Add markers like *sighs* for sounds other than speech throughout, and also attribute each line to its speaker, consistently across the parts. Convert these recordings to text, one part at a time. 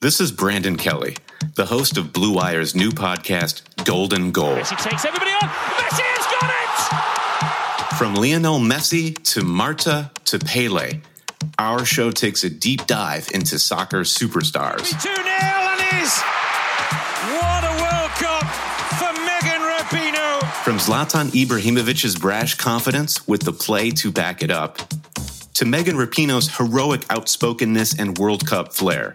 Speaker 1: This is Brandon Kelly, the host of Blue Wire's new podcast, Golden Goal.
Speaker 2: Messi takes everybody on. Messi has got it!
Speaker 1: From Lionel Messi to Marta to Pele, our show takes a deep dive into soccer superstars,
Speaker 2: 2 0 and is. What a World Cup for Megan Rapinoe.
Speaker 1: from Zlatan Ibrahimovic's brash confidence with the play to back it up, to Megan Rapinoe's heroic outspokenness and World Cup flair.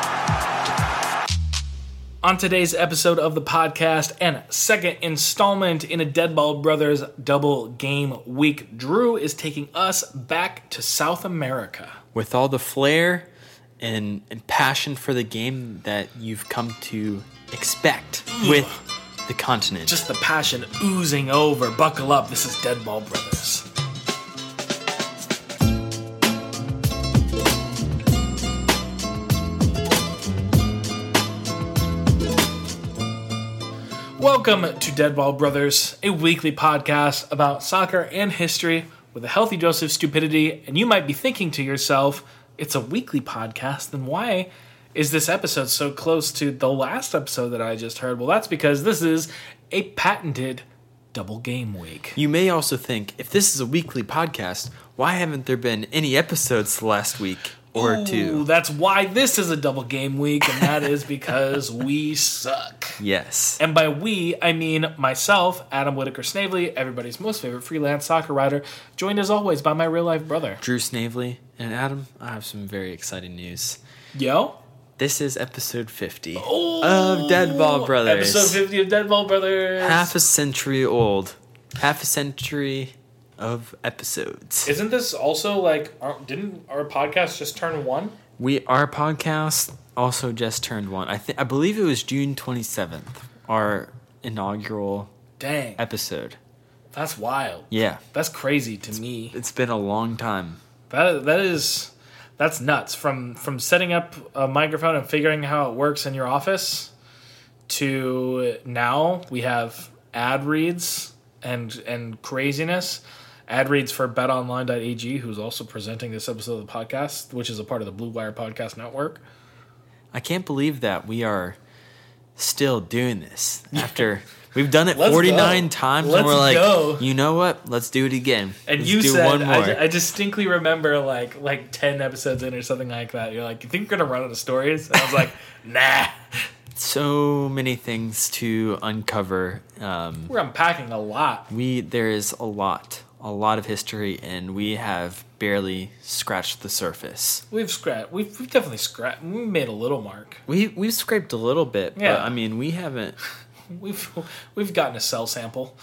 Speaker 3: On today's episode of the podcast and second installment in a Deadball Brothers double game week, Drew is taking us back to South America.
Speaker 4: with all the flair and, and passion for the game that you've come to expect with the continent.
Speaker 3: Mm. Just the passion oozing over. Buckle up, this is Deadball Brothers. Welcome to Deadball Brothers, a weekly podcast about soccer and history with a healthy dose of stupidity. And you might be thinking to yourself, it's a weekly podcast, then why is this episode so close to the last episode that I just heard? Well, that's because this is a patented double game week.
Speaker 4: you may also think if this is a weekly podcast, why haven't there been any episodes the last week or
Speaker 3: Ooh,
Speaker 4: two?
Speaker 3: that's why this is a double game week, and that is because we suck.
Speaker 4: Yes.
Speaker 3: And by we, I mean myself, Adam Whitaker Snavely, everybody's most favorite freelance soccer writer, joined as always by my real life brother.
Speaker 4: Drew Snavely and Adam, I have some very exciting news.
Speaker 3: Yo.
Speaker 4: This is episode 50 of Dead Ball Brothers.
Speaker 3: Oh, Episode 50 of Deadball Brothers.
Speaker 4: Half a century old. Half a century of episodes.
Speaker 3: Isn't this also like, aren't- didn't our podcast just turn one?
Speaker 4: We our podcast also just turned one. I think I believe it was June twenty seventh, our inaugural
Speaker 3: Dang.
Speaker 4: episode.
Speaker 3: That's wild.
Speaker 4: Yeah,
Speaker 3: That's crazy to me.
Speaker 4: it's been a long time.
Speaker 3: That that is that's nuts. From from setting up a microphone and figuring how it works in your office to now we have ad reads and and craziness. Ad reads for betonline.ag, who's also presenting this episode of the podcast, which is a part of the Blue Wire Podcast Network.
Speaker 4: I can't believe that we are still
Speaker 3: *laughs*
Speaker 4: doing this after we've done it
Speaker 3: Let's
Speaker 4: forty nine
Speaker 3: go.
Speaker 4: times,
Speaker 3: Let's
Speaker 4: and we're like,
Speaker 3: go.
Speaker 4: you know what? Let's do it again.
Speaker 3: And
Speaker 4: Let's
Speaker 3: you
Speaker 4: do
Speaker 3: said,
Speaker 4: one more.
Speaker 3: I, I distinctly remember like like ten episodes in or something like that. You're like, you think we're gonna run out of stories? And I was like, *laughs* nah,
Speaker 4: so many things to uncover. Um,
Speaker 3: we're unpacking a lot.
Speaker 4: we there is a lot, a lot of history, and we have barely scratched the surface.
Speaker 3: We've scratched. We've, we've definitely scratched. We made a little mark.
Speaker 4: We we've scraped a little bit,
Speaker 3: Yeah.
Speaker 4: but I mean we haven't.
Speaker 3: We've *laughs* we've gotten a cell sample.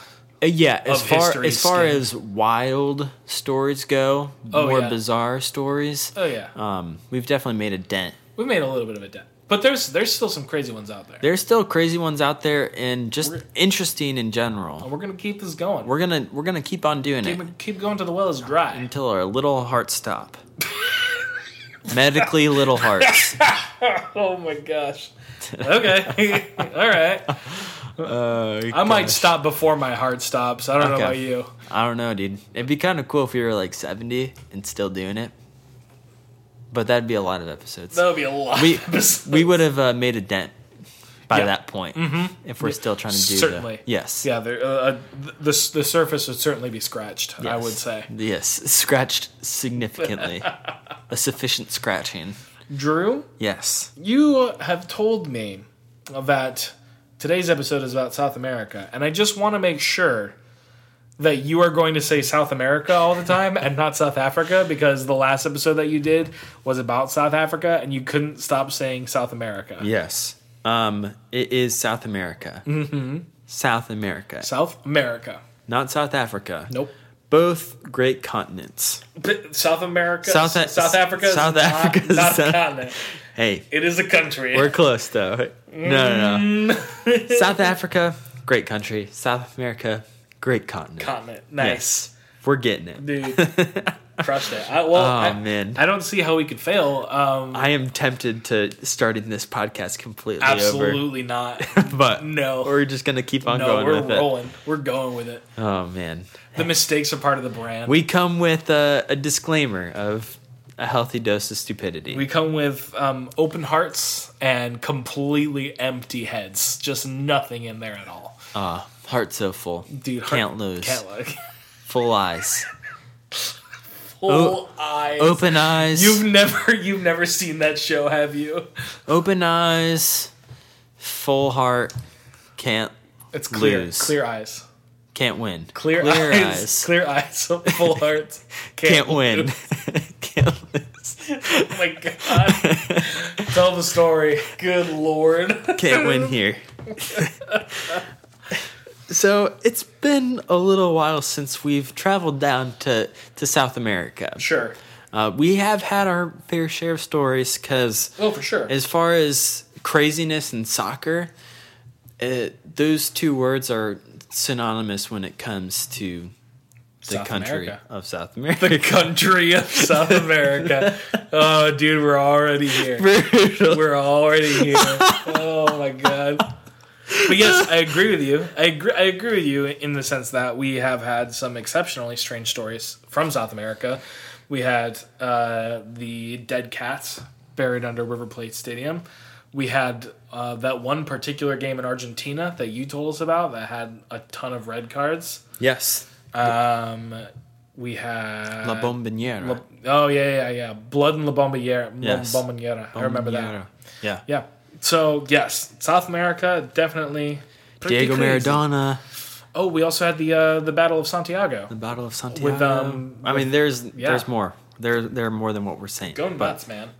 Speaker 4: Uh, yeah, as
Speaker 3: Of
Speaker 4: far
Speaker 3: history's
Speaker 4: as far
Speaker 3: skin.
Speaker 4: as wild stories go,
Speaker 3: Oh,
Speaker 4: more
Speaker 3: yeah.
Speaker 4: bizarre stories.
Speaker 3: Oh yeah,
Speaker 4: Um, we've definitely made a dent.
Speaker 3: we made a little bit of a dent. But there's there's still some crazy ones out there.
Speaker 4: There's still crazy ones out there, and just
Speaker 3: We're-
Speaker 4: interesting in general.
Speaker 3: And we're gonna keep this going. We're
Speaker 4: We're gonna we're gonna keep on doing it
Speaker 3: keep, keep going till the well is dry.
Speaker 4: until our little hearts stop. Medically, little
Speaker 3: *laughs*
Speaker 4: hearts.
Speaker 3: *laughs* Oh my gosh. Okay. *laughs* All right.
Speaker 4: Uh,
Speaker 3: I might stop before my heart stops. I don't know
Speaker 4: Okay.
Speaker 3: about you.
Speaker 4: I don't know, dude. It'd be kind of cool if you were like 70 and still doing it, but that'd be a lot of episodes.
Speaker 3: That would be a lot. *laughs*
Speaker 4: we
Speaker 3: of episodes.
Speaker 4: we would have uh, made a dent by
Speaker 3: Yeah. Mm-hmm.
Speaker 4: that point if we're still trying to do the-
Speaker 3: certainly.
Speaker 4: yes
Speaker 3: Yeah. There, uh, uh, the the surface would certainly be scratched. I
Speaker 4: Yes.
Speaker 3: would say.
Speaker 4: yes scratched
Speaker 3: *laughs*
Speaker 4: significantly a sufficient scratching
Speaker 3: Drew,
Speaker 4: yes
Speaker 3: you have told me that today's episode is about South America, and I just want to make sure that you are going to say South America all the time and not South Africa because the last episode that you did was about South Africa and you couldn't stop saying South America.
Speaker 4: yes um it is South America mm-hmm. South America
Speaker 3: South America.
Speaker 4: not South Africa
Speaker 3: Nope.
Speaker 4: Both great continents.
Speaker 3: But South America,
Speaker 4: South
Speaker 3: South,
Speaker 4: A-
Speaker 3: Africa, South
Speaker 4: South
Speaker 3: is
Speaker 4: Africa is
Speaker 3: Africa, not,
Speaker 4: South-
Speaker 3: a continent.
Speaker 4: Hey,
Speaker 3: It is a country.
Speaker 4: we're close though. No, no,
Speaker 3: Mm-hmm.
Speaker 4: no. South Africa, great country. South America, great continent.
Speaker 3: continent. Nice,
Speaker 4: We're getting it.
Speaker 3: dude. Crushed it. I, well,
Speaker 4: *laughs* Oh,
Speaker 3: I,
Speaker 4: man.
Speaker 3: I don't see how we could fail. Um,
Speaker 4: I am tempted to starting this podcast completely
Speaker 3: absolutely *laughs* not.
Speaker 4: *laughs* over, but
Speaker 3: No.
Speaker 4: we're just gonna keep on
Speaker 3: no,
Speaker 4: going
Speaker 3: we're
Speaker 4: with
Speaker 3: rolling. We're going with it.
Speaker 4: it. Oh man, *laughs*
Speaker 3: The mistakes are part of the brand.
Speaker 4: we come with a, a disclaimer of a healthy dose of stupidity.
Speaker 3: We come with um, open hearts and completely empty heads. Just nothing in there at all.
Speaker 4: Ah, heart so full,
Speaker 3: Dude, heart-
Speaker 4: can't lose.
Speaker 3: Can't
Speaker 4: *laughs*
Speaker 3: *laughs* look.
Speaker 4: Full eyes,
Speaker 3: Full
Speaker 4: O-
Speaker 3: eyes. *laughs*
Speaker 4: open eyes,
Speaker 3: You've never you've never seen that show, have you?
Speaker 4: open eyes, full heart, can't
Speaker 3: It's clear.
Speaker 4: Lose.
Speaker 3: Clear eyes.
Speaker 4: can't win.
Speaker 3: Clear, eyes, *laughs* Clear eyes. Full hearts.
Speaker 4: can't
Speaker 3: *laughs*
Speaker 4: win. *laughs*
Speaker 3: lose.
Speaker 4: can't lose.
Speaker 3: Oh my god.
Speaker 4: *laughs*
Speaker 3: Tell the story. Good lord. *laughs*
Speaker 4: Can't win here. so it's been a little while since we've traveled down to, to South America.
Speaker 3: Sure.
Speaker 4: Uh, we have had our fair share of stories because,
Speaker 3: Oh, for sure.
Speaker 4: as far as craziness and soccer, uh those two words are synonymous when it comes to the
Speaker 3: South
Speaker 4: country
Speaker 3: America.
Speaker 4: of
Speaker 3: *laughs*
Speaker 4: South America.
Speaker 3: The country of South America. Oh, dude, we're already here. We're already here. Oh my god. But yes, I agree with you. I agree, I agree with you in the sense that we have had some exceptionally strange stories from South America. We had uh, the dead cats buried under River Plate Stadium. We had uh, that one particular game in Argentina that you told us about that had a ton of red cards.
Speaker 4: yes,
Speaker 3: Um, we had
Speaker 4: La Bombonera.
Speaker 3: La- oh yeah, yeah, yeah. Blood and La Bombonera.
Speaker 4: Yes.
Speaker 3: Bombonera. I remember that.
Speaker 4: Bombonera. Yeah.
Speaker 3: Yeah. So yes, South America definitely. pretty
Speaker 4: Diego
Speaker 3: crazy.
Speaker 4: Maradona,
Speaker 3: Oh, we also had the uh, the Battle of Santiago.
Speaker 4: the Battle of Santiago.
Speaker 3: With, um,
Speaker 4: I mean, there's
Speaker 3: yeah.
Speaker 4: there's more. There there are more than what we're saying.
Speaker 3: Go
Speaker 4: but
Speaker 3: nuts, man.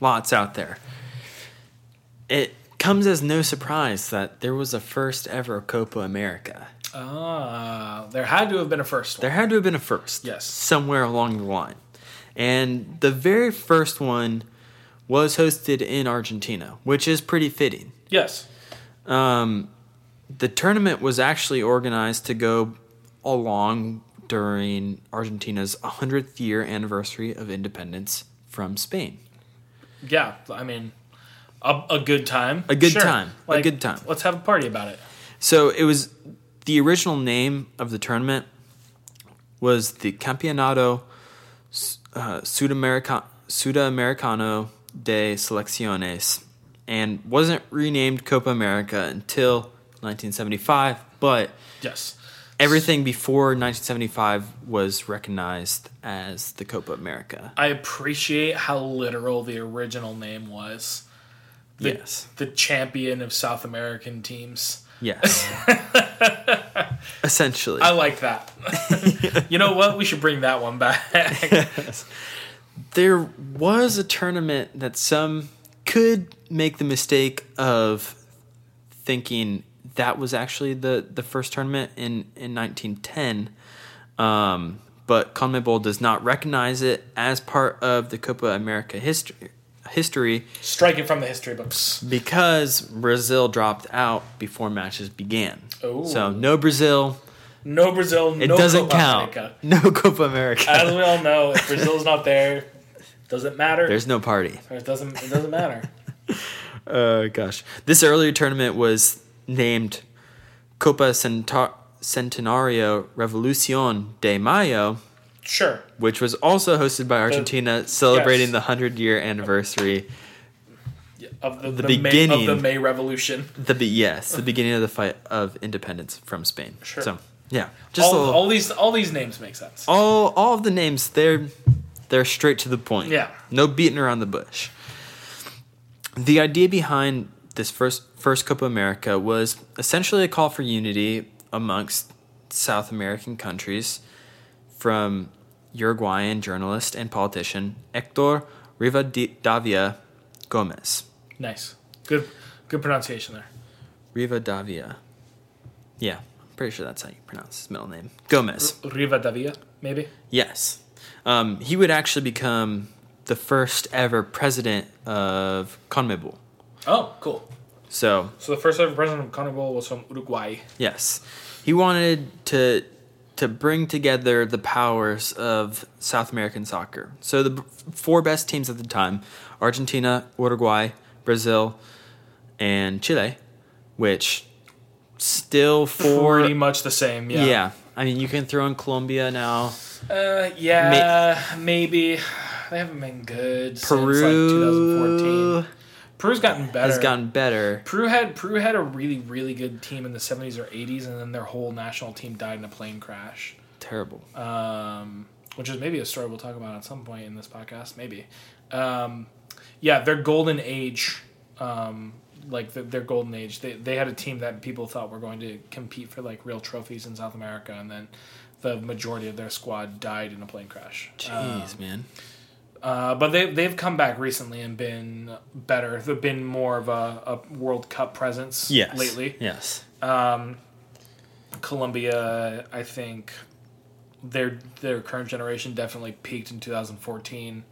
Speaker 4: Lots out there. It comes as no surprise that there was a first ever Copa America.
Speaker 3: Ah, there had to have been a first one.
Speaker 4: There had to have been a first.
Speaker 3: Yes.
Speaker 4: Somewhere along the line. And the very first one was hosted in Argentina, which is pretty fitting.
Speaker 3: Yes.
Speaker 4: The tournament was actually organized to go along during Argentina's 100th year anniversary of independence from Spain.
Speaker 3: Yeah. I mean, a, a good time.
Speaker 4: A good time. A
Speaker 3: Like,
Speaker 4: good time.
Speaker 3: Let's have a party about it.
Speaker 4: So it was the original name of the tournament was the Campeonato uh, Sudamerica- Sudamericano de Selecciones and wasn't renamed Copa America until 1975, but
Speaker 3: Yes.
Speaker 4: everything before 1975 was recognized as the Copa America.
Speaker 3: I appreciate how literal the original name was. The,
Speaker 4: Yes.
Speaker 3: The champion of South American teams.
Speaker 4: Yes. Essentially.
Speaker 3: I like that.
Speaker 4: *laughs*
Speaker 3: you know what? We should bring that one back.
Speaker 4: there was a tournament that some could make the mistake of thinking that was actually the, the first tournament in, in 1910. Um, but CONMEBOL does not recognize it as part of the Copa America history, history
Speaker 3: Strike it from the history books.
Speaker 4: because Brazil dropped out before matches began.
Speaker 3: Oh.
Speaker 4: So no Brazil.
Speaker 3: No Brazil,
Speaker 4: It
Speaker 3: no
Speaker 4: doesn't
Speaker 3: Copa
Speaker 4: count.
Speaker 3: America.
Speaker 4: *laughs* No Copa America.
Speaker 3: As we all know, if Brazil's not there, doesn't matter.
Speaker 4: There's no party.
Speaker 3: or it doesn't it doesn't matter.
Speaker 4: Uh, gosh. This earlier tournament was named Copa Centar- Centenario Revolucion de Mayo,
Speaker 3: Sure.
Speaker 4: which was also hosted by Argentina, celebrating
Speaker 3: Uh, yes.
Speaker 4: the 100 year anniversary.
Speaker 3: Of the, the,
Speaker 4: beginning.
Speaker 3: May, of the May Revolution.
Speaker 4: The be- Yes, the beginning of the fight of independence from Spain.
Speaker 3: Sure.
Speaker 4: So, yeah. Just
Speaker 3: All,
Speaker 4: a little, all,
Speaker 3: all these all these names make sense.
Speaker 4: all, of the names, they're, they're straight to the point.
Speaker 3: Yeah.
Speaker 4: No beating around the bush. The idea behind this first first Copa America was essentially a call for unity amongst South American countries from Uruguayan journalist and politician Hector Rivadavia Gomez.
Speaker 3: Nice. Good good pronunciation there.
Speaker 4: Rivadavia. Yeah, Pretty sure that's how you pronounce his middle name. Gomez.
Speaker 3: Rivadavia, maybe.
Speaker 4: Yes. Um, he would actually become the first ever president of CONMEBOL.
Speaker 3: Oh, cool.
Speaker 4: So,
Speaker 3: So the first ever president of Conmebol was from Uruguay.
Speaker 4: yes. He wanted to to bring together the powers of South American soccer. So the b- four best teams at the time, Argentina, Uruguay, Brazil, and Chile, which still four
Speaker 3: Pretty much the same. Yeah.
Speaker 4: yeah. I mean, you can throw in Colombia now.
Speaker 3: Uh, yeah, maybe. They haven't been good since like
Speaker 4: Peru
Speaker 3: 2014. Peru's gotten better.
Speaker 4: has gotten better.
Speaker 3: Peru had Peru had a really really good team in the 70s or 80s, and then their whole national team died in a plane crash,
Speaker 4: Terrible.
Speaker 3: um, which is maybe a story we'll talk about at some point in this podcast. Maybe. Um, yeah, their golden age, um, like the, their golden age, they they had a team that people thought were going to compete for like real trophies in South America, and then the majority of their squad died in a plane crash.
Speaker 4: Jeez,
Speaker 3: Um,
Speaker 4: man.
Speaker 3: Uh, but they they've come back recently and been better. They've been more of a, a World Cup presence
Speaker 4: Yes.
Speaker 3: lately.
Speaker 4: Yes.
Speaker 3: Colombia, I think their their current generation definitely peaked in 2014,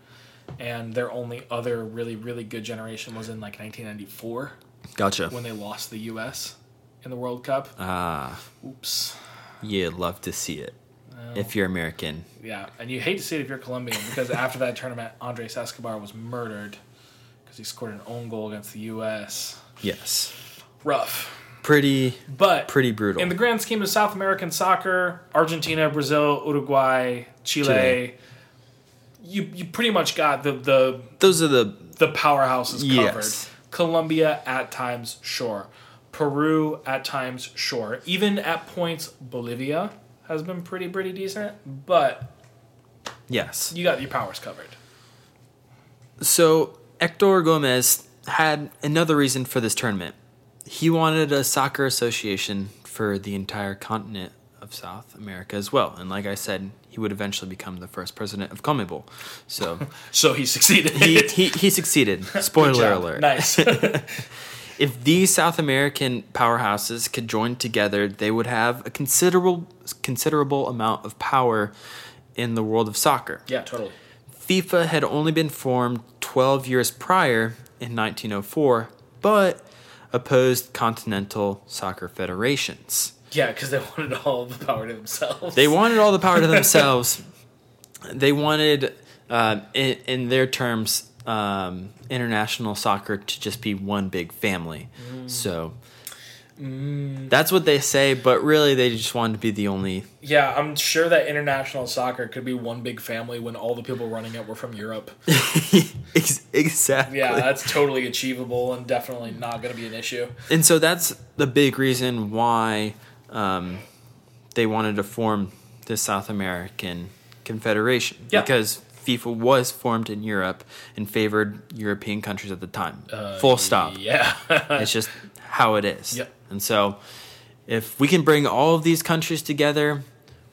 Speaker 3: and their only other really really good generation was in like 1994
Speaker 4: Gotcha.
Speaker 3: when they lost the U.S. in the World Cup.
Speaker 4: Ah,
Speaker 3: Oops.
Speaker 4: you love to see it. if you're American,
Speaker 3: Yeah, and you hate to see it if you're Colombian because *laughs* after that tournament, Andres Escobar was murdered because he scored an own goal against the U.S.
Speaker 4: yes.
Speaker 3: Rough.
Speaker 4: Pretty.
Speaker 3: but
Speaker 4: Pretty brutal.
Speaker 3: in the grand scheme of South American soccer, Argentina, Brazil, Uruguay, Chile,
Speaker 4: Chile.
Speaker 3: you you pretty much got the the
Speaker 4: Those are the
Speaker 3: the powerhouses covered.
Speaker 4: Yes.
Speaker 3: Colombia at times sure, Peru at times sure. Even at points, Bolivia has been pretty pretty decent, but
Speaker 4: yes.
Speaker 3: you got your powers covered.
Speaker 4: So Hector Gomez had another reason for this tournament. He wanted a soccer association for the entire continent of South America as well. And like I said, he would eventually become the first president of CONMEBOL.
Speaker 3: *laughs*
Speaker 4: So
Speaker 3: So he succeeded.
Speaker 4: he, he, he succeeded.
Speaker 3: Good
Speaker 4: Spoiler
Speaker 3: job.
Speaker 4: alert. *laughs*
Speaker 3: Nice.
Speaker 4: If these South American powerhouses could join together, they would have a considerable considerable amount of power in the world of soccer.
Speaker 3: yeah, totally.
Speaker 4: FIFA had only been formed 12 years prior in 1904, but opposed continental soccer federations.
Speaker 3: Yeah, because they *laughs* wanted all the power to themselves.
Speaker 4: They wanted all the power to themselves. they wanted, um, in, in their terms, um, international soccer to just be one big family. So that's what they say, but really they just wanted to be the only. *laughs*
Speaker 3: Yeah, I'm sure that international soccer could be one big family when all the people running it were from Europe.
Speaker 4: Ex- exactly.
Speaker 3: Yeah, that's totally achievable and definitely not going to be an issue.
Speaker 4: and so that's the big reason why um, they wanted to form the South American Confederation
Speaker 3: Yeah.
Speaker 4: because FIFA was formed in Europe and favored European countries at the time. Full stop.
Speaker 3: Yeah. *laughs*
Speaker 4: It's just how it is.
Speaker 3: Uh, Yep.
Speaker 4: And so if we can bring all of these countries together,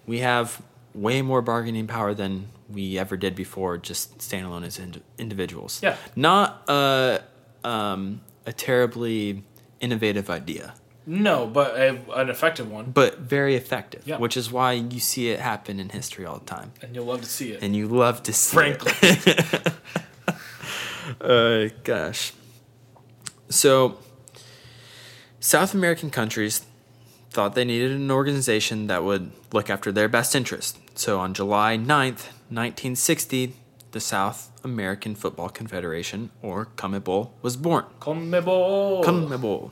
Speaker 4: we have way more bargaining power than we ever did before just standalone as ind- individuals.
Speaker 3: Yeah.
Speaker 4: Not a um, a terribly innovative idea,
Speaker 3: no, but a, an effective one.
Speaker 4: but very effective,
Speaker 3: Yeah.
Speaker 4: which is why you see it happen in history all the time.
Speaker 3: And you'll love to see it.
Speaker 4: And you love to see it.
Speaker 3: Frankly.
Speaker 4: *laughs* Uh, gosh. So, South American countries thought they needed an organization that would look after their best interest. So, on July 9th, 1960, the South American Football Confederation, or CONMEBOL, was born.
Speaker 3: Conmebol.
Speaker 4: CONMEBOL.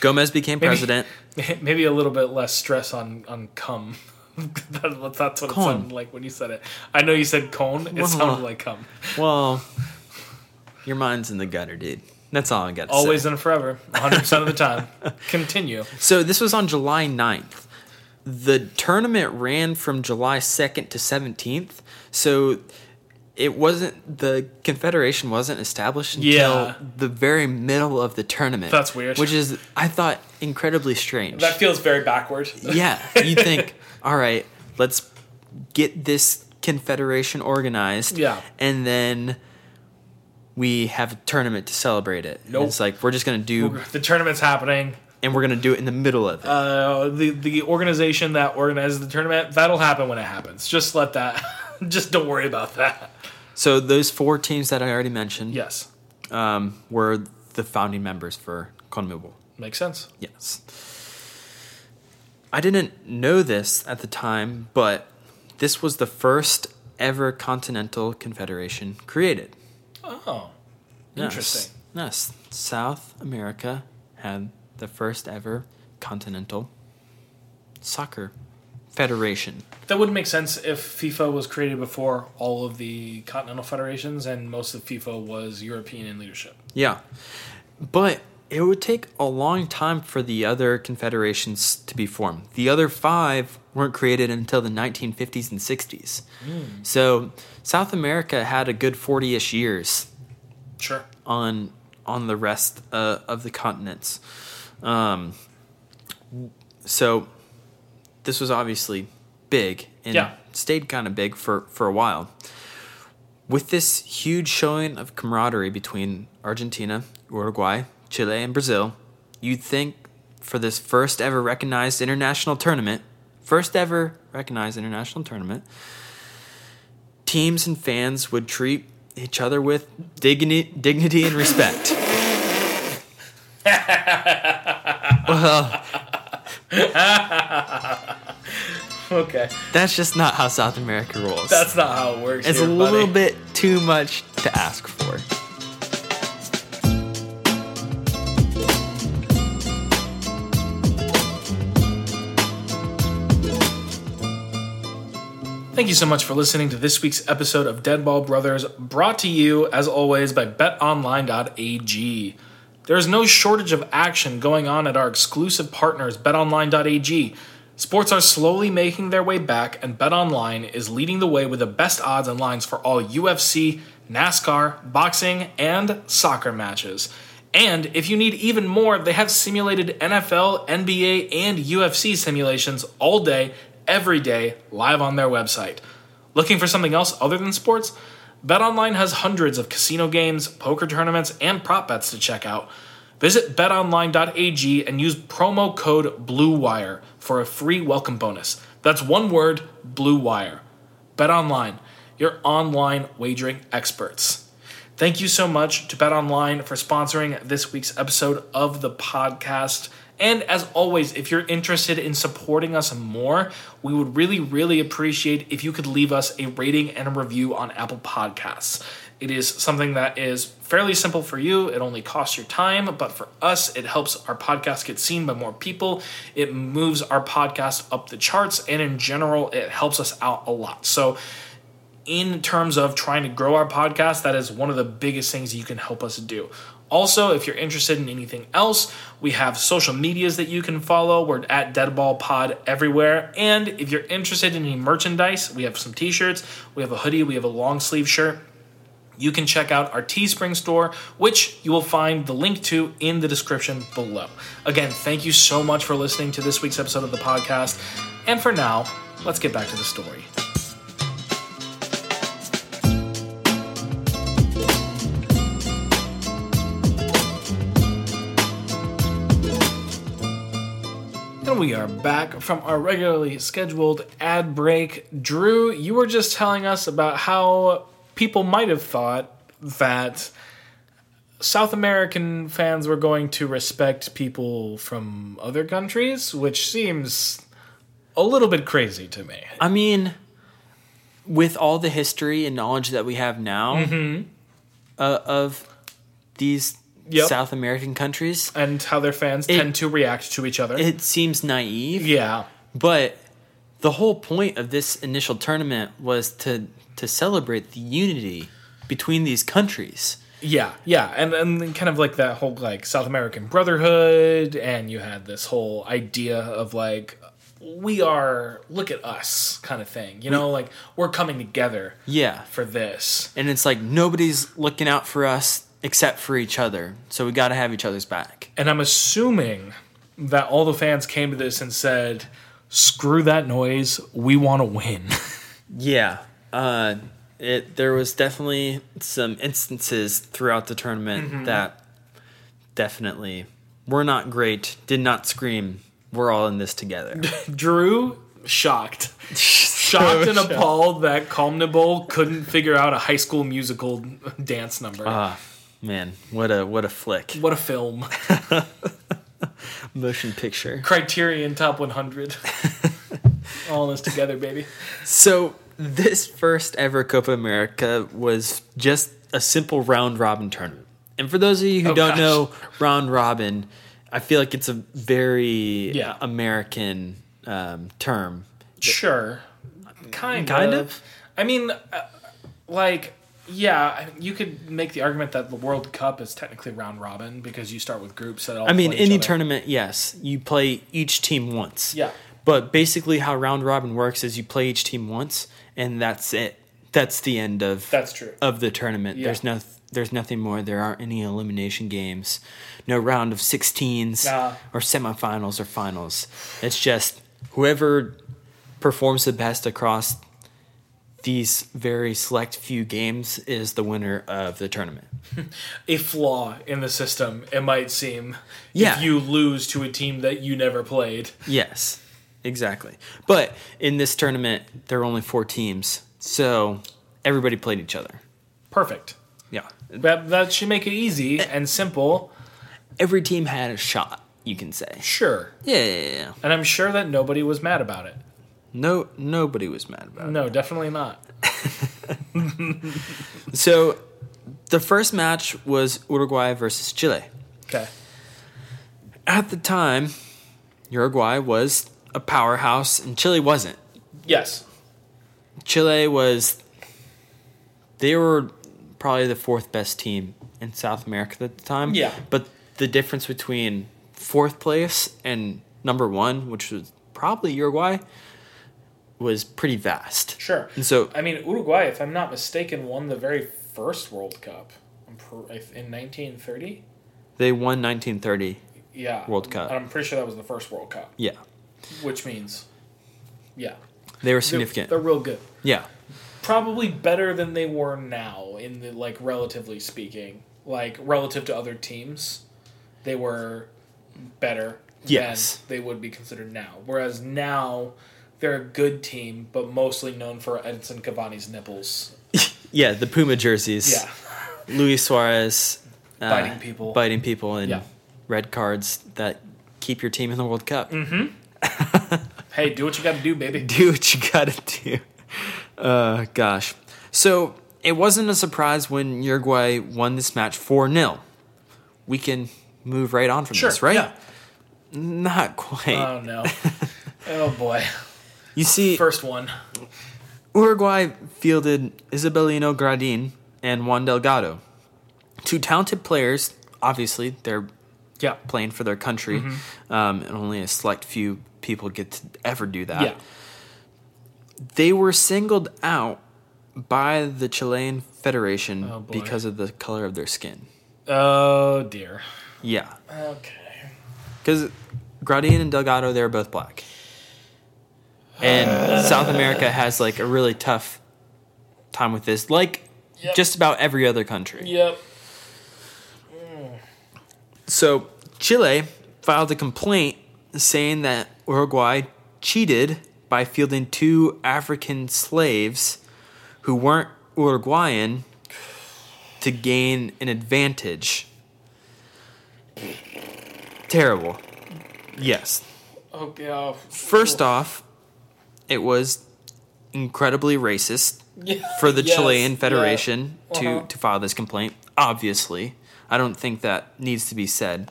Speaker 4: Gomez became president.
Speaker 3: *laughs* Maybe a little bit less stress on, on cum. *laughs* That- that's what
Speaker 4: Con.
Speaker 3: it sounded like when you said it. I know you said cone. It
Speaker 4: Whoa.
Speaker 3: sounded like cum.
Speaker 4: Well, your mind's in the gutter, dude. That's all I got to say.
Speaker 3: Always and forever. 100% of the
Speaker 4: *laughs*
Speaker 3: time. Continue.
Speaker 4: So this was on July 9th. The tournament ran from July 2nd to 17th. So it wasn't the confederation wasn't established until
Speaker 3: Yeah.
Speaker 4: the very middle of the tournament.
Speaker 3: That's weird.
Speaker 4: Which is I thought incredibly strange.
Speaker 3: That *laughs* feels very backward.
Speaker 4: yeah,
Speaker 3: *laughs*
Speaker 4: you think all right, let's get this confederation organized
Speaker 3: Yeah.
Speaker 4: and then we have a tournament to celebrate it. And
Speaker 3: Nope.
Speaker 4: It's like we're just going to do
Speaker 3: The tournament's happening.
Speaker 4: and we're gonna do it in the middle of it.
Speaker 3: Uh, the the organization that organizes the tournament that'll happen when it happens. Just let that. *laughs* just don't worry about that.
Speaker 4: so those four teams that I already mentioned
Speaker 3: Yes,
Speaker 4: um, were the founding members for Conmebol.
Speaker 3: makes sense.
Speaker 4: Yes. I didn't know this at the time, but this was the first ever continental confederation created.
Speaker 3: Oh,
Speaker 4: Yes.
Speaker 3: Interesting.
Speaker 4: Yes. South America had the first ever continental soccer federation.
Speaker 3: that would make sense if FIFA was created before all of the continental federations and most of FIFA was European in leadership.
Speaker 4: Yeah. But it would take a long time for the other confederations to be formed. The other five weren't created until the 1950s and 60s. So South America had a good 40 ish years
Speaker 3: Sure. *laughs*
Speaker 4: on on the rest uh, of the continents. Um, so this was obviously big and
Speaker 3: Yeah.
Speaker 4: stayed kind of big for, for a while. With this huge showing of camaraderie between Argentina, Uruguay, Chile, and Brazil, you'd think for this first ever recognized international tournament, first ever recognized international tournament, teams and fans would treat each other with dignity, dignity and respect. well,
Speaker 3: Okay.
Speaker 4: that's just not how South America rolls.
Speaker 3: That's not how it works.
Speaker 4: it's
Speaker 3: here,
Speaker 4: a little
Speaker 3: buddy.
Speaker 4: bit too much to ask for.
Speaker 3: Thank you so much for listening to this week's episode of Deadball Brothers, brought to you, as always, by betonline.ag. There is no shortage of action going on at our exclusive partners, betonline.ag. Sports are slowly making their way back, and betonline is leading the way with the best odds and lines for all UFC, NASCAR, boxing, and soccer matches. And if you need even more, they have simulated NFL, NBA, and UFC simulations all day, every day, live on their website. Looking for something else other than sports? BetOnline has hundreds of casino games, poker tournaments, and prop bets to check out. Visit betonline.ag and use promo code BLUEWIRE for a free welcome bonus. That's one word, BLUEWIRE. BetOnline, your online wagering experts. Thank you so much to Bet Online for sponsoring this week's episode of the podcast. And as always, if you're interested in supporting us more, we would really, really appreciate if you could leave us a rating and a review on Apple Podcasts. It is something that is fairly simple for you. It only costs your time, but for us, it helps our podcast get seen by more people. It moves our podcast up the charts, and in general, it helps us out a lot. So, in terms of trying to grow our podcast, that is one of the biggest things you can help us do. Also, if you're interested in anything else, we have social medias that you can follow. We're at Deadball Pod everywhere. And if you're interested in any merchandise, we have some t shirts, we have a hoodie, we have a long sleeve shirt you can check out our Teespring store, which you will find the link to in the description below. Again, thank you so much for listening to this week's episode of the podcast. And for now, let's get back to the story. And we are back from our regularly scheduled ad break. Drew, you were just telling us about how people might have thought that South American fans were going to respect people from other countries, which seems a little bit crazy to me.
Speaker 4: I mean, with all the history and knowledge that we have now uh, of these
Speaker 3: Mm-hmm. Yep.
Speaker 4: South American countries,
Speaker 3: And how their fans tend to react to each other.
Speaker 4: it seems naive.
Speaker 3: yeah.
Speaker 4: But the whole point of this initial tournament was to to celebrate the unity between these countries.
Speaker 3: Yeah, yeah, and and kind of like that whole like South American brotherhood, and you had this whole idea of like we are look at us kind of thing, you know, like we're coming together
Speaker 4: Yeah.
Speaker 3: for this.
Speaker 4: And it's like nobody's looking out for us except for each other. So we got to have each other's back.
Speaker 3: And I'm assuming that all the fans came to this and said, "Screw that noise, we want to win." *laughs*
Speaker 4: Yeah. Uh it there was
Speaker 3: Mm-hmm.
Speaker 4: definitely some instances throughout the tournament that definitely we're not great, did not scream, we're all in this
Speaker 3: *laughs*
Speaker 4: together.
Speaker 3: Drew shocked. Shocked and appalled that Calmnable couldn't figure out a high school musical dance number.
Speaker 4: Man, what a what a flick.
Speaker 3: what a film.
Speaker 4: Motion picture.
Speaker 3: Criterion Top
Speaker 4: *laughs*
Speaker 3: 100. All this together, baby.
Speaker 4: So this first ever Copa America was just a simple round robin tournament. And for those of you who
Speaker 3: Oh,
Speaker 4: don't
Speaker 3: gosh.
Speaker 4: know round robin, I feel like it's a very
Speaker 3: Yeah.
Speaker 4: American um, term.
Speaker 3: Sure. Kind,
Speaker 4: Kind
Speaker 3: of.
Speaker 4: of?
Speaker 3: I mean, uh, like, yeah, you could make the argument that the World Cup is technically round robin because you start with groups that all
Speaker 4: I mean,
Speaker 3: play each
Speaker 4: any
Speaker 3: other.
Speaker 4: tournament, yes, you play each team once.
Speaker 3: Yeah.
Speaker 4: But basically, how round robin works is you play each team once, and that's it. That's the end of
Speaker 3: That's true.
Speaker 4: of the tournament.
Speaker 3: Yeah.
Speaker 4: There's no there's nothing more. There aren't any elimination games, no round of 16s
Speaker 3: Nah.
Speaker 4: or semifinals or finals. It's just whoever performs the best across these very select few games is the winner of the tournament.
Speaker 3: a flaw in the system, it might seem.
Speaker 4: Yeah.
Speaker 3: If you lose to a team that you never played.
Speaker 4: Yes, exactly. But in this tournament, there were only four teams, so everybody played each other.
Speaker 3: Perfect.
Speaker 4: Yeah,
Speaker 3: That, that should make it easy
Speaker 4: Eh.
Speaker 3: and simple.
Speaker 4: every team had a shot. You can say.
Speaker 3: Sure.
Speaker 4: Yeah, yeah, yeah, yeah.
Speaker 3: And I'm sure that nobody was mad about it.
Speaker 4: No, nobody was mad about it.
Speaker 3: No, definitely not.
Speaker 4: So, the first match was Uruguay versus Chile.
Speaker 3: Okay.
Speaker 4: At the time, Uruguay was a powerhouse and Chile wasn't.
Speaker 3: Yes.
Speaker 4: Chile was they were probably the fourth best team in South America at the time.
Speaker 3: Yeah.
Speaker 4: But the difference between fourth place and number 1, which was probably Uruguay, was pretty vast.
Speaker 3: Sure.
Speaker 4: And so
Speaker 3: I mean, Uruguay, if I'm not mistaken, won the very first World Cup I'm pr- I th- in 1930.
Speaker 4: they won 1930.
Speaker 3: Yeah.
Speaker 4: World Cup.
Speaker 3: And I'm pretty sure that was the first World Cup,
Speaker 4: Yeah.
Speaker 3: which means, yeah,
Speaker 4: They were
Speaker 3: They're-
Speaker 4: significant.
Speaker 3: They're, real good.
Speaker 4: yeah.
Speaker 3: Probably better than they were now in the like relatively speaking, like relative to other teams, they were better.
Speaker 4: Yes.
Speaker 3: than they would be considered now. Whereas now. They're a good team, but mostly known for Edson Cavani's nipples.
Speaker 4: Yeah, the Puma jerseys.
Speaker 3: Yeah.
Speaker 4: Luis Suarez uh,
Speaker 3: Biting people.
Speaker 4: biting people, and
Speaker 3: Yeah.
Speaker 4: red cards that keep your team in the World Cup.
Speaker 3: Hey, do what you got to do, baby.
Speaker 4: *laughs* Do what you gotta do. Uh, gosh, so it wasn't a surprise when Uruguay won this match four 0 We can move right on from
Speaker 3: Sure,
Speaker 4: this, right?
Speaker 3: yeah.
Speaker 4: Not quite.
Speaker 3: Oh
Speaker 4: *laughs*
Speaker 3: no. oh boy.
Speaker 4: you see,
Speaker 3: First one.
Speaker 4: Uruguay fielded Isabelino Gradin and Juan Delgado, two talented players. Obviously, they're
Speaker 3: Yeah.
Speaker 4: playing for their country,
Speaker 3: Mm-hmm.
Speaker 4: um, and only a select few people get to ever do that.
Speaker 3: Yeah.
Speaker 4: They were singled out by the Chilean Federation
Speaker 3: Oh, boy.
Speaker 4: because of the color of their skin.
Speaker 3: Oh dear.
Speaker 4: Yeah,
Speaker 3: Okay.
Speaker 4: because Gradin and Delgado, they're both black,
Speaker 3: *sighs*
Speaker 4: and South America has like a really tough time with this, like
Speaker 3: Yep.
Speaker 4: just about every other country.
Speaker 3: Yep.
Speaker 4: So Chile filed a complaint saying that Uruguay cheated by fielding two African slaves who weren't Uruguayan to gain an advantage. Terrible. Yes.
Speaker 3: Okay. Oh.
Speaker 4: First off, it was incredibly racist
Speaker 3: Yeah.
Speaker 4: for the
Speaker 3: Yes,
Speaker 4: Chilean
Speaker 3: yeah.
Speaker 4: Federation
Speaker 3: Uh-huh.
Speaker 4: to, to file this complaint. Obviously, I don't think that needs to be said.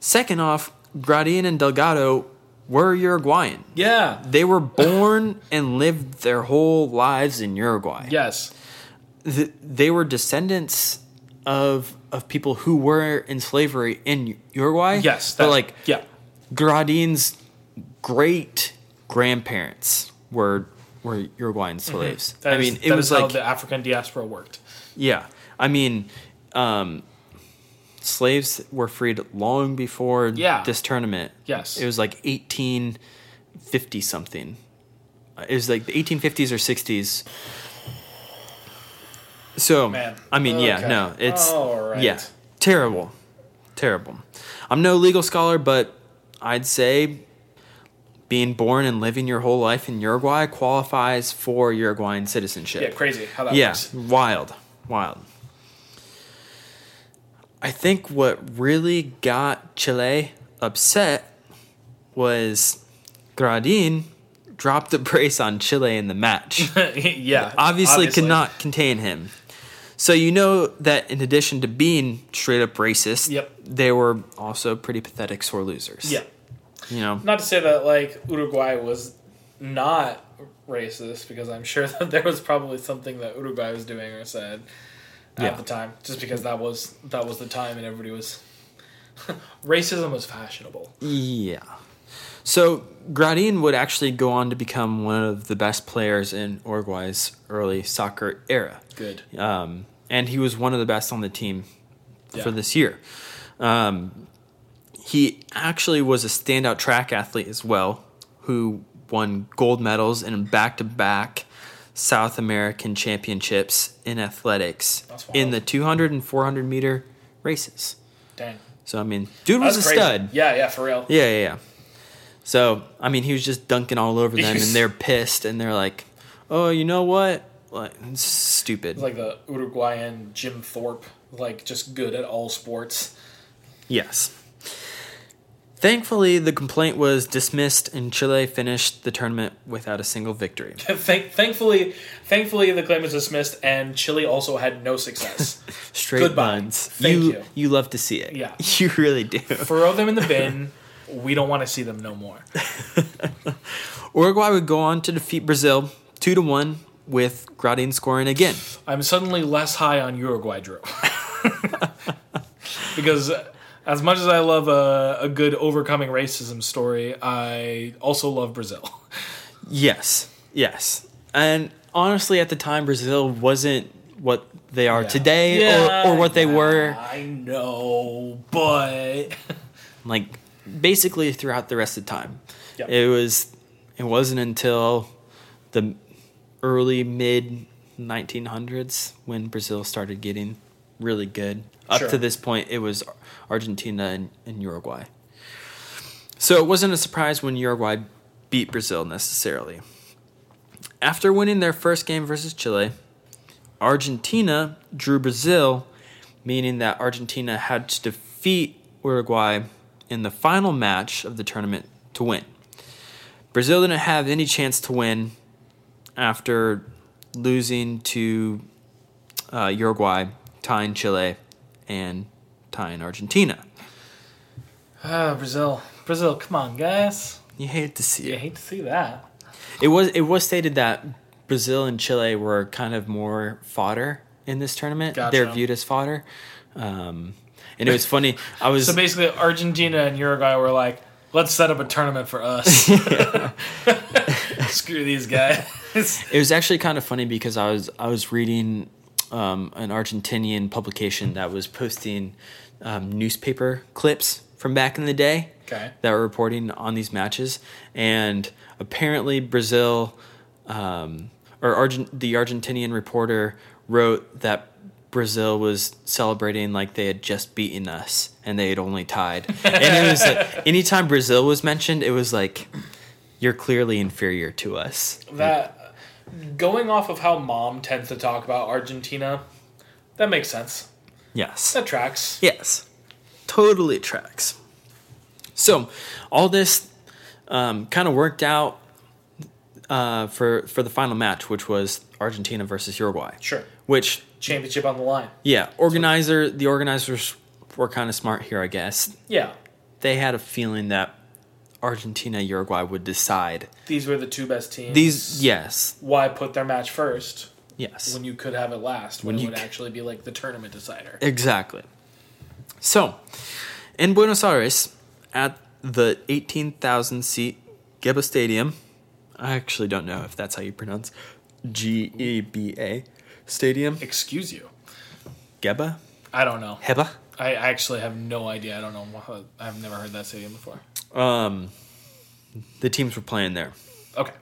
Speaker 4: Second off, Gradin and Delgado were Uruguayan.
Speaker 3: Yeah.
Speaker 4: They
Speaker 3: *laughs*
Speaker 4: were born and lived their whole lives in Uruguay.
Speaker 3: Yes.
Speaker 4: Th- they were descendants of of people who were in slavery in Uruguay.
Speaker 3: Yes.
Speaker 4: but
Speaker 3: that's-
Speaker 4: like
Speaker 3: Yeah.
Speaker 4: Gradin's great grandparents were were Uruguayan slaves.
Speaker 3: Mm-hmm. That
Speaker 4: I
Speaker 3: is-
Speaker 4: mean, it
Speaker 3: that
Speaker 4: was
Speaker 3: is how
Speaker 4: like
Speaker 3: the African diaspora worked.
Speaker 4: yeah. I mean, um, slaves were freed long before
Speaker 3: Yeah.
Speaker 4: this tournament.
Speaker 3: Yes.
Speaker 4: It was like 1850 something. Uh, It was like the 1850s or 60s. So,
Speaker 3: Man.
Speaker 4: I mean, yeah,
Speaker 3: Okay.
Speaker 4: no, it's
Speaker 3: All right.
Speaker 4: yeah, terrible. Terrible. I'm no legal scholar, but I'd say being born and living your whole life in Uruguay qualifies for Uruguayan citizenship.
Speaker 3: Yeah, crazy how that
Speaker 4: Yeah,
Speaker 3: works.
Speaker 4: wild, wild. I think what really got Chile upset was Gradin dropped the brace on Chile in the match.
Speaker 3: *laughs* yeah.
Speaker 4: obviously, could not contain him. So you know that in addition to being straight up racist,
Speaker 3: Yep.
Speaker 4: they were also pretty pathetic sore losers.
Speaker 3: Yeah.
Speaker 4: You know.
Speaker 3: Not to say that like Uruguay was not racist because I'm sure *laughs* that there was probably something that Uruguay was doing or said
Speaker 4: Yeah.
Speaker 3: at the time just because that was that was the time and everybody was *laughs* racism was fashionable.
Speaker 4: Yeah. So Gradin would actually go on to become one of the best players in Uruguay's early soccer era.
Speaker 3: Good.
Speaker 4: Um, and he was one of the best on the team
Speaker 3: Yeah.
Speaker 4: for this year. Um, he actually was a standout track athlete as well, who won gold medals in back to back South American championships in athletics
Speaker 3: That's wild.
Speaker 4: in the 200 and 400 meter races.
Speaker 3: Dang.
Speaker 4: So, I mean, dude was
Speaker 3: That's
Speaker 4: a
Speaker 3: crazy.
Speaker 4: stud.
Speaker 3: Yeah, yeah, for real.
Speaker 4: Yeah, yeah, yeah. So, I mean, he was just dunking
Speaker 3: *laughs*
Speaker 4: all over them,
Speaker 3: Yes.
Speaker 4: and they're pissed, and they're like, "Oh, you know what? Like, it's stupid."
Speaker 3: Like the Uruguayan Jim Thorpe, like just good at all sports. *laughs*
Speaker 4: yes. Thankfully, the complaint was dismissed, and Chile finished the tournament without a
Speaker 3: *laughs*
Speaker 4: single victory.
Speaker 3: Thank, thankfully, thankfully the claim was dismissed, and Chile also had no success.
Speaker 4: *laughs* Straight
Speaker 3: Goodbye.
Speaker 4: buns.
Speaker 3: Thank
Speaker 4: you,
Speaker 3: you.
Speaker 4: love to see it.
Speaker 3: Yeah.
Speaker 4: *laughs* you really do.
Speaker 3: Throw them in the bin. We don't want to see them no more.
Speaker 4: Uruguay would go on to defeat Brazil two to one, with Gradin scoring again.
Speaker 3: I'm suddenly less high on Uruguay Drew. *laughs* because as much as I love a, a good overcoming racism story, I also love Brazil.
Speaker 4: Yes, yes. And honestly, at the time, Brazil wasn't what they are today or, or what they
Speaker 3: Yeah,
Speaker 4: were.
Speaker 3: I know, but
Speaker 4: Like, basically, throughout the rest of time,
Speaker 3: Yep.
Speaker 4: it was. It wasn't until the early mid 1900s when Brazil started getting really good. Up
Speaker 3: Sure.
Speaker 4: to this point, it was Argentina and, and Uruguay. So it wasn't a surprise when Uruguay beat Brazil necessarily. After winning their first game versus Chile, Argentina drew Brazil, meaning that Argentina had to defeat Uruguay in the final match of the tournament to win. Brazil didn't have any chance to win after losing to uh, Uruguay, tying Chile, and tying Argentina.
Speaker 3: Ah, Brazil. Brazil, come on, guys.
Speaker 4: You hate to see
Speaker 3: You
Speaker 4: it.
Speaker 3: hate to see that.
Speaker 4: It was it was stated that Brazil and Chile were kind of more fodder in this tournament.
Speaker 3: Gotcha.
Speaker 4: They're viewed as fodder, um, and it was funny. I was
Speaker 3: So basically, Argentina and Uruguay were like, let's set up a tournament for *laughs* us. Screw these guys.
Speaker 4: it was actually kind of funny because I was I was reading um, an Argentinian publication that was posting um, newspaper clips from back in the day
Speaker 3: Okay.
Speaker 4: that were reporting on these matches, and apparently Brazil um, or Argent the Argentinian reporter wrote that. Brazil was celebrating like they had just beaten us and they had only tied. And it was like, anytime Brazil was mentioned, it was like, you're clearly inferior to us.
Speaker 3: That going off of how mom tends to talk about Argentina, that makes sense.
Speaker 4: Yes.
Speaker 3: That tracks.
Speaker 4: Yes, totally tracks. So, all this um, kind of worked out uh, for for the final match, which was Argentina versus Uruguay.
Speaker 3: Sure.
Speaker 4: Which,
Speaker 3: Championship on the line.
Speaker 4: yeah, organizer the organizers were kind of smart here, I guess.
Speaker 3: Yeah.
Speaker 4: They had a feeling that Argentina Uruguay would decide
Speaker 3: These were the two best teams.
Speaker 4: these. Yes,
Speaker 3: Why put their match first
Speaker 4: yes.
Speaker 3: when you could have it last when,
Speaker 4: When
Speaker 3: it
Speaker 4: you
Speaker 3: would
Speaker 4: c-
Speaker 3: actually be like the tournament decider?
Speaker 4: Exactly. So, in Buenos Aires, at the 18,000 seat Geba Stadium, I actually don't know if that's how you pronounce G E B A Stadium.
Speaker 3: Excuse you.
Speaker 4: Geba?
Speaker 3: I don't know.
Speaker 4: Heba?
Speaker 3: I actually have no idea. I don't know. wha- I've never heard that stadium before.
Speaker 4: Um, the teams were playing there.
Speaker 3: Okay.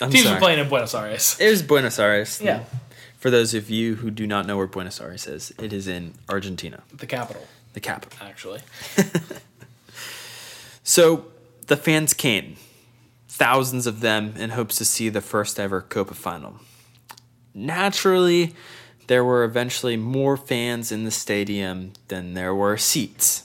Speaker 4: I'm
Speaker 3: Teams
Speaker 4: sorry.
Speaker 3: were playing in Buenos Aires.
Speaker 4: It was Buenos Aires.
Speaker 3: Yeah.
Speaker 4: For those of you who do not know where Buenos Aires is, it is in Argentina.
Speaker 3: The capital.
Speaker 4: the cap.
Speaker 3: actually.
Speaker 4: So the fans came, thousands of them, in hopes to see the first ever Copa final. Naturally, there were eventually more fans in the stadium than there were seats.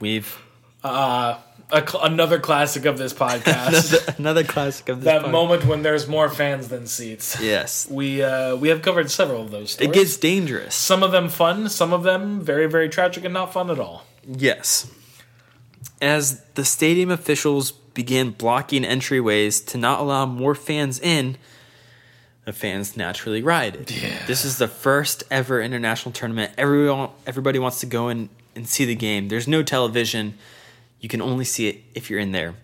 Speaker 4: We've
Speaker 3: A cl- another classic of this podcast.
Speaker 4: *laughs* another classic of this.
Speaker 3: that
Speaker 4: pod-
Speaker 3: moment when there's more fans than seats.
Speaker 4: yes,
Speaker 3: We uh, we have covered several of those. Stories.
Speaker 4: it gets dangerous.
Speaker 3: some of them fun, some of them very very tragic and not fun at all.
Speaker 4: Yes. As the stadium officials began blocking entryways to not allow more fans in, the fans naturally rioted. This is the first ever international tournament. Everyone, everybody wants to go in and see the game. There's no television. You can only see it if you're in there.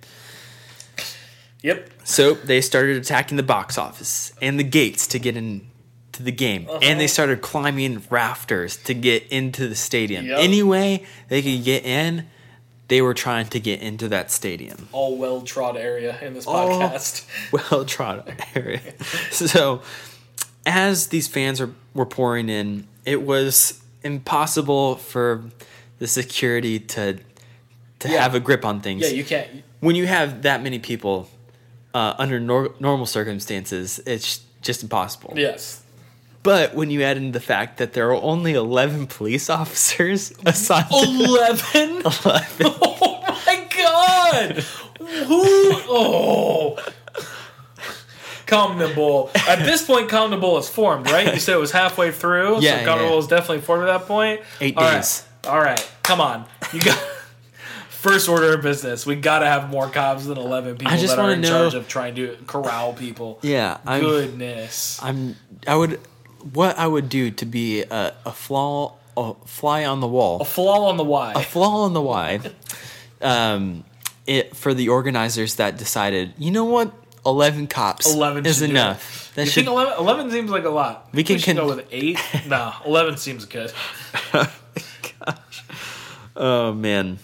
Speaker 3: Yep.
Speaker 4: So they started attacking the box office and the gates to get in to the game,
Speaker 3: Uh-huh.
Speaker 4: and they started climbing rafters to get into the stadium.
Speaker 3: Yep.
Speaker 4: Any way they could get in, they were trying to get into that stadium. *laughs*
Speaker 3: All well trod area in this
Speaker 4: All-
Speaker 3: podcast.
Speaker 4: Well, Toronto
Speaker 3: *laughs*
Speaker 4: area. so as these fans are, were pouring in, it was impossible for the security to to
Speaker 3: Yeah.
Speaker 4: have a grip on things
Speaker 3: Yeah, you can't.
Speaker 4: when you have that many people uh, under nor- normal circumstances, it's just impossible. *laughs*
Speaker 3: Yes.
Speaker 4: But when you add in the fact that there are only 11 *laughs* police officers *laughs* assigned to *laughs*
Speaker 3: Eleven. *laughs* Oh my god! Who? Oh. Comnable. At this point, Comnable is formed, right? You said it was halfway through,
Speaker 4: Yeah,
Speaker 3: so
Speaker 4: yeah,
Speaker 3: Comnable
Speaker 4: yeah.
Speaker 3: is definitely formed at that point.
Speaker 4: Eight
Speaker 3: All right.
Speaker 4: days.
Speaker 3: All right, come on. You got *laughs* first order of business. We gotta have more cops than eleven people
Speaker 4: just
Speaker 3: that are
Speaker 4: wanna
Speaker 3: in
Speaker 4: know-
Speaker 3: charge of trying to corral people.
Speaker 4: yeah, I'm,
Speaker 3: Goodness.
Speaker 4: I'm, I would, what I would do to be a, a flaw, a fly on the wall,
Speaker 3: Flaw on the Y.
Speaker 4: flaw on the Y, um, it for the organizers that decided, you know what, 11 cops
Speaker 3: 11
Speaker 4: is
Speaker 3: should do
Speaker 4: enough. That
Speaker 3: You
Speaker 4: should
Speaker 3: think 11, 11 seems like a lot.
Speaker 4: We can
Speaker 3: should
Speaker 4: con-
Speaker 3: go with
Speaker 4: *laughs*
Speaker 3: eight. no, eleven seems good.
Speaker 4: oh man,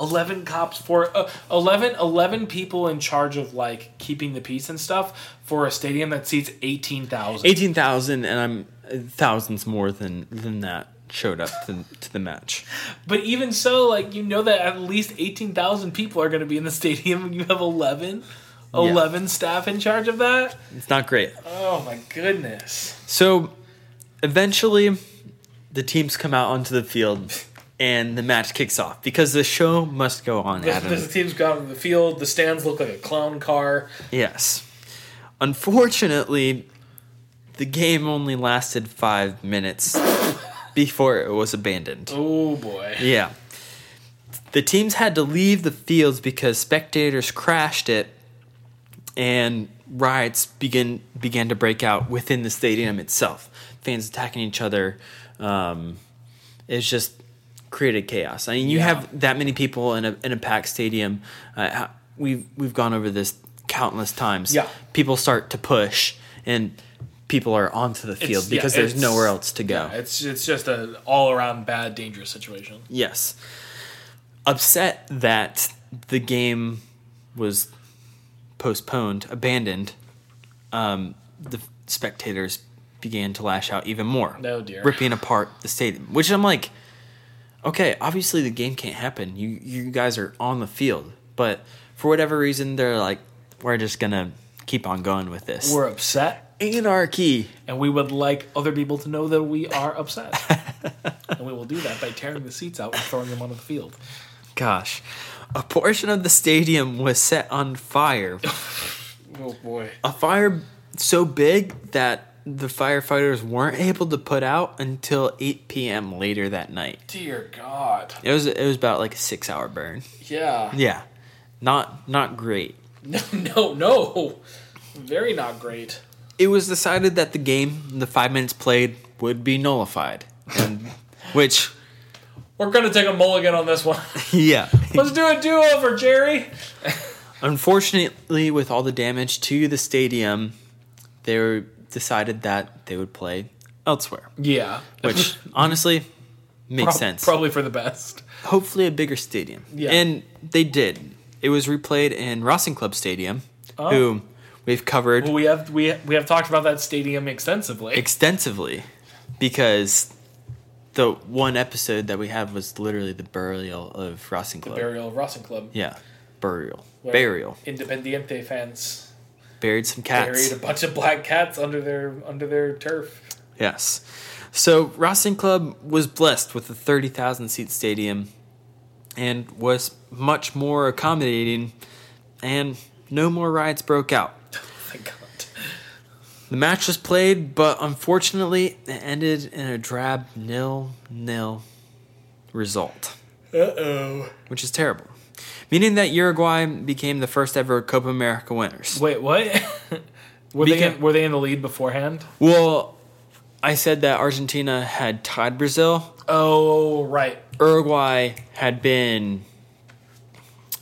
Speaker 3: 11 cops for uh, 11 11 people in charge of like keeping the peace and stuff for a stadium that seats 18,000.
Speaker 4: eighteen thousand, and I'm uh, thousands more than than that showed up to, to the match.
Speaker 3: But even so like you know that at least 18,000 people are going to be in the *laughs* stadium and you have 11 11 staff in charge of that?
Speaker 4: It's not great.
Speaker 3: Oh my goodness.
Speaker 4: So eventually, the teams come out onto the field, and the match kicks off because the show must go on.
Speaker 3: This,
Speaker 4: Adam,
Speaker 3: this team's gone to the field. The stands look like a clown car.
Speaker 4: yes. Unfortunately, the game only lasted five minutes before it was abandoned.
Speaker 3: Oh boy.
Speaker 4: Yeah. The teams had to leave the fields because spectators crashed it and riots begin began to break out within the stadium itself. Fans attacking each other. Um, it's just created chaos. I mean, you
Speaker 3: Yeah.
Speaker 4: have that many people in a in a packed stadium. Uh, how- we've we've gone over this countless times.
Speaker 3: Yeah.
Speaker 4: people start to push and people are onto the field
Speaker 3: yeah,
Speaker 4: because there's
Speaker 3: it's-
Speaker 4: nowhere else to go.
Speaker 3: It's it's just an all around bad dangerous situation.
Speaker 4: Yes. Upset that the game was postponed, abandoned, um, the spectators began to lash out even more.
Speaker 3: No, Oh, dear.
Speaker 4: Ripping apart the stadium, which I'm like, okay, obviously the game can't happen. You you guys are on the field, but for whatever reason, they're like, we're just gonna keep on going with this
Speaker 3: We're upset.
Speaker 4: anarchy.
Speaker 3: and we would like other people to know that we are
Speaker 4: *laughs*
Speaker 3: upset. and we will do that by tearing the seats out and throwing them onto the field.
Speaker 4: Gosh, a portion of the stadium was set on fire.
Speaker 3: Oh boy.
Speaker 4: a fire so big that the firefighters weren't able to put out until 8 p.m. later that night.
Speaker 3: Dear God.
Speaker 4: It was it was about like a six hour burn.
Speaker 3: Yeah. *laughs*
Speaker 4: Yeah, not not great.
Speaker 3: No, no, no. Very not great.
Speaker 4: It was decided that the game, the five minutes played, would be nullified, and *laughs* which
Speaker 3: We're going to take a mulligan on this one. *laughs*
Speaker 4: yeah,
Speaker 3: Let's do a do over, Jerry.
Speaker 4: unfortunately, with all the damage to the stadium, they were- decided that they would play elsewhere,
Speaker 3: Yeah.
Speaker 4: which honestly makes
Speaker 3: Prob-
Speaker 4: sense.
Speaker 3: Probably for the best.
Speaker 4: hopefully a bigger stadium.
Speaker 3: Yeah.
Speaker 4: And they did. It was replayed in Rossing Club Stadium, who we've covered
Speaker 3: We have we we have talked about that stadium extensively.
Speaker 4: extensively because the one episode that we had was literally the burial of Racing Club.
Speaker 3: Burial of Racing Club.
Speaker 4: yeah, burial,
Speaker 3: where
Speaker 4: burial.
Speaker 3: Independiente fans
Speaker 4: Buried some cats.
Speaker 3: buried a bunch of black cats under their under their turf. *laughs*
Speaker 4: Yes. So Racing Club was blessed with a 30,000 seat stadium and was much more accommodating, and no more riots broke out.
Speaker 3: Thank God.
Speaker 4: The match was played, but unfortunately, it ended in a drab nil nil result. Uh oh. Which is terrible. Meaning that Uruguay became the first ever Copa America winners.
Speaker 3: Wait, what? *laughs* were they
Speaker 4: Beca-
Speaker 3: in, were they in the lead beforehand?
Speaker 4: Well, I said that Argentina had tied Brazil.
Speaker 3: Oh right.
Speaker 4: Uruguay had been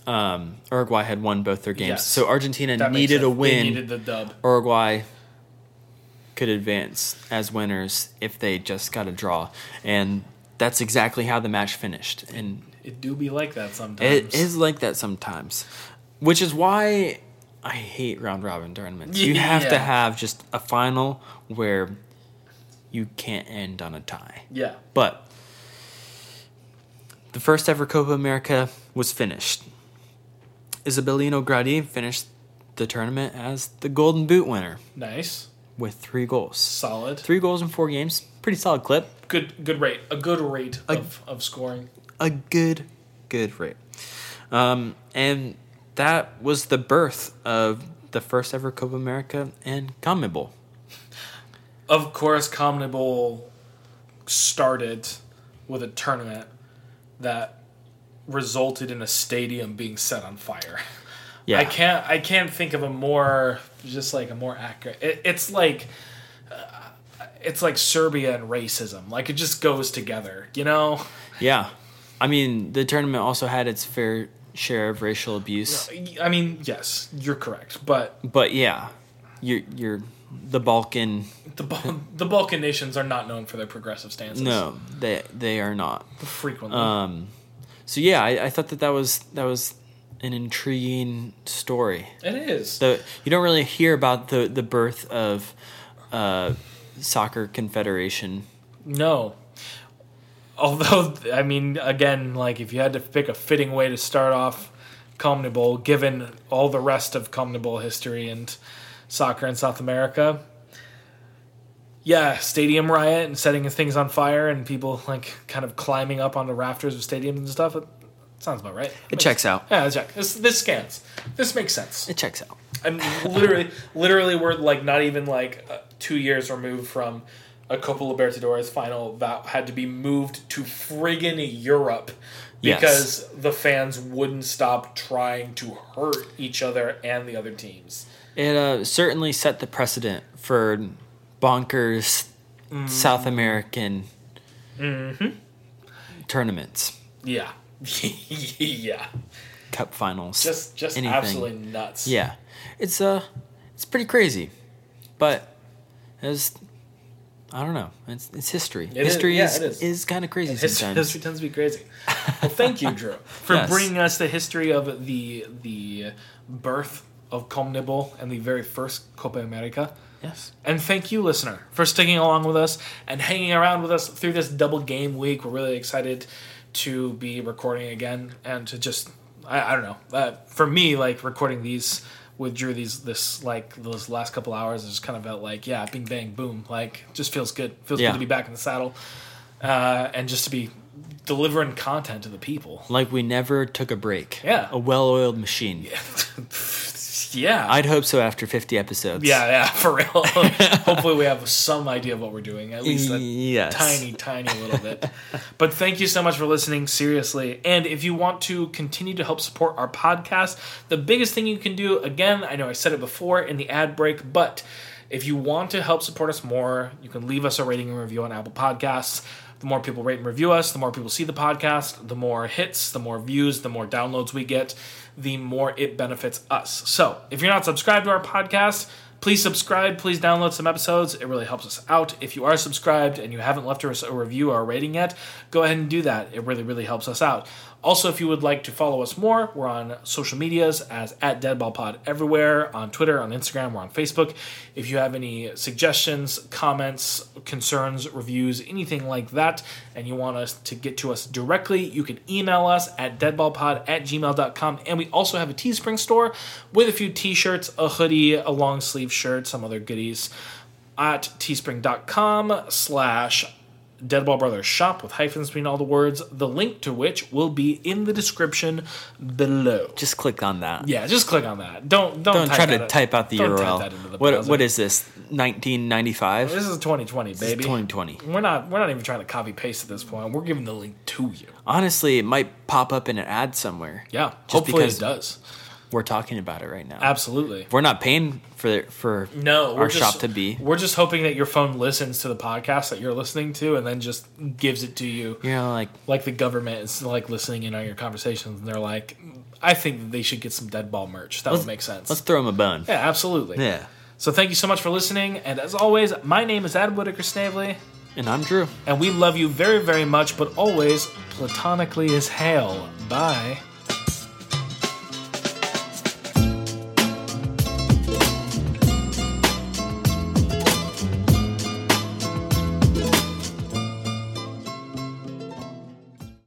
Speaker 4: um, Uruguay had won both their games.
Speaker 3: Yes.
Speaker 4: So Argentina
Speaker 3: That makes
Speaker 4: needed a
Speaker 3: sense. They
Speaker 4: win.
Speaker 3: needed the dub.
Speaker 4: Uruguay could advance as winners if they just got a draw. And that's exactly how the match finished. And
Speaker 3: It do be like that sometimes.
Speaker 4: it is like that sometimes. Which is why I hate round robin
Speaker 3: *laughs*
Speaker 4: tournaments. You have to
Speaker 3: Yeah.
Speaker 4: have just a final where you can't end on a tie.
Speaker 3: Yeah.
Speaker 4: But the first ever Copa America was finished. Isabelino Gradi finished the tournament as the Golden Boot winner
Speaker 3: Nice.
Speaker 4: with three goals.
Speaker 3: Solid.
Speaker 4: Three goals in four games. Pretty solid clip.
Speaker 3: Good good rate. A good rate of, of scoring.
Speaker 4: A good, good rate. Um, and that was the birth of the first ever Copa America and CONMEBOL.
Speaker 3: Of course Comnable started with a tournament that resulted in a stadium being set on fire. *laughs*
Speaker 4: Yeah.
Speaker 3: I can't. I can't think of a more just like a more accurate. It, it's like, uh, it's like Serbia and racism. Like it just goes together. You know.
Speaker 4: Yeah. I mean, the tournament also had its fair share of racial abuse.
Speaker 3: I mean, yes, you're correct. But
Speaker 4: But yeah, you're, you're the Balkan
Speaker 3: the Bal- the Balkan nations are not known for their progressive stances.
Speaker 4: No, Uh, they they are not.
Speaker 3: frequently.
Speaker 4: So yeah, I, I thought that that was that was an intriguing story.
Speaker 3: it is.
Speaker 4: The you don't really hear about the the birth of uh, soccer confederation.
Speaker 3: No. Although, I mean, again, like if you had to pick a fitting way to start off Comnable, given all the rest of Comnable history and soccer in South America, yeah, stadium riot and setting things on fire and people like kind of climbing up on the rafters of stadiums and stuff. It sounds about right.
Speaker 4: It checks out.
Speaker 3: Yeah, it checks. This, this scans. This makes sense.
Speaker 4: It checks out.
Speaker 3: I'm literally, literally, we're like not even like uh, two years removed from a Copa Libertadores final that had to be moved to friggin' Europe
Speaker 4: Yes.
Speaker 3: because the fans wouldn't stop trying to hurt each other and the other teams.
Speaker 4: It uh, certainly set the precedent for bonkers South American tournaments,
Speaker 3: Yeah, *laughs* yeah,
Speaker 4: cup finals,
Speaker 3: just just
Speaker 4: anything.
Speaker 3: absolutely nuts.
Speaker 4: Yeah, it's uh, it's pretty crazy, but it's I don't know. It's it's history.
Speaker 3: is-
Speaker 4: history
Speaker 3: yeah,
Speaker 4: is
Speaker 3: it
Speaker 4: is,
Speaker 3: is.
Speaker 4: kind of crazy
Speaker 3: History, *laughs*
Speaker 4: sometimes.
Speaker 3: history tends to be crazy. Well, thank you,
Speaker 4: *laughs*
Speaker 3: Drew, for
Speaker 4: Yes.
Speaker 3: bringing us the history of the the birth of Comnibol and the very first Copa America.
Speaker 4: Yes.
Speaker 3: And thank you, listener, for sticking along with us and hanging around with us through this double game week. We're really excited to be recording again and to just, I, I don't know. Uh, for me, like recording these with Drew, these, this, like, those last couple hours, I just kind of felt like, yeah, bing, bang, boom. Like, just feels good. Feels
Speaker 4: Yeah.
Speaker 3: good to be back in the saddle uh, and just to be delivering content to the people.
Speaker 4: Like we never took a break.
Speaker 3: Yeah.
Speaker 4: A well-oiled machine.
Speaker 3: Yeah.
Speaker 4: I'd hope so after 50 episodes.
Speaker 3: yeah, yeah, *laughs* for real. Hopefully, we have some idea of what we're doing. At least a
Speaker 4: Yes.
Speaker 3: tiny, tiny little bit. *laughs* but thank you so much for listening, seriously. And if you want to continue to help support our podcast, the biggest thing you can do, again, I know I said it before in the ad break, but if you want to help support us more, you can leave us a rating and review on Apple Podcasts. The more people rate and review us, the more people see the podcast, the more hits, the more views, the more downloads we get, the more it benefits us. So if you're not subscribed to our podcast, Please subscribe. Please download some episodes. It really helps us out. If you are subscribed and you haven't left us a review or a rating yet, go ahead and do that. It really, really helps us out. Also, if you would like to follow us more, we're on social medias as at DeadballPod everywhere on Twitter, on Instagram, we're on Facebook. If you have any suggestions, comments, concerns, reviews, anything like that, and you want us to get to us directly, you can email us at deadballpod at gmail.com. And we also have a Teespring store with a few t shirts, a hoodie, a long sleeve shirt, some other goodies at teespring.com slash Deadball Brothers shop with hyphens between all the words, the link to which will be in the description below.
Speaker 4: Just click on that.
Speaker 3: Yeah, just click on that. Don't don't,
Speaker 4: Don't
Speaker 3: type
Speaker 4: try
Speaker 3: that
Speaker 4: to
Speaker 3: in-
Speaker 4: type out the
Speaker 3: don't Type
Speaker 4: URL.
Speaker 3: that into the
Speaker 4: what
Speaker 3: browser.
Speaker 4: what is this? 1995.
Speaker 3: this? Is 2020 baby?
Speaker 4: 2020.
Speaker 3: We're not we're not even trying to copy paste at this point. We're giving the link to you.
Speaker 4: Honestly, it might pop up in an ad somewhere.
Speaker 3: Yeah,
Speaker 4: Just
Speaker 3: hopefully
Speaker 4: because
Speaker 3: it does.
Speaker 4: We're talking about it right now.
Speaker 3: Absolutely.
Speaker 4: we're not paying for for
Speaker 3: No, we're
Speaker 4: our
Speaker 3: just,
Speaker 4: shop to be.
Speaker 3: We're just hoping that your phone listens to the podcast that you're listening to, and then just gives it to you.
Speaker 4: You know, like
Speaker 3: like the government is like listening in on your conversations and they're like i think they should get some dead ball merch that would make sense
Speaker 4: let's throw them a bone.
Speaker 3: yeah absolutely
Speaker 4: Yeah.
Speaker 3: so thank you so much for listening and as always my name is adam whitaker snavely
Speaker 4: And I'm Drew.
Speaker 3: and we love you very very much but always platonically as hail bye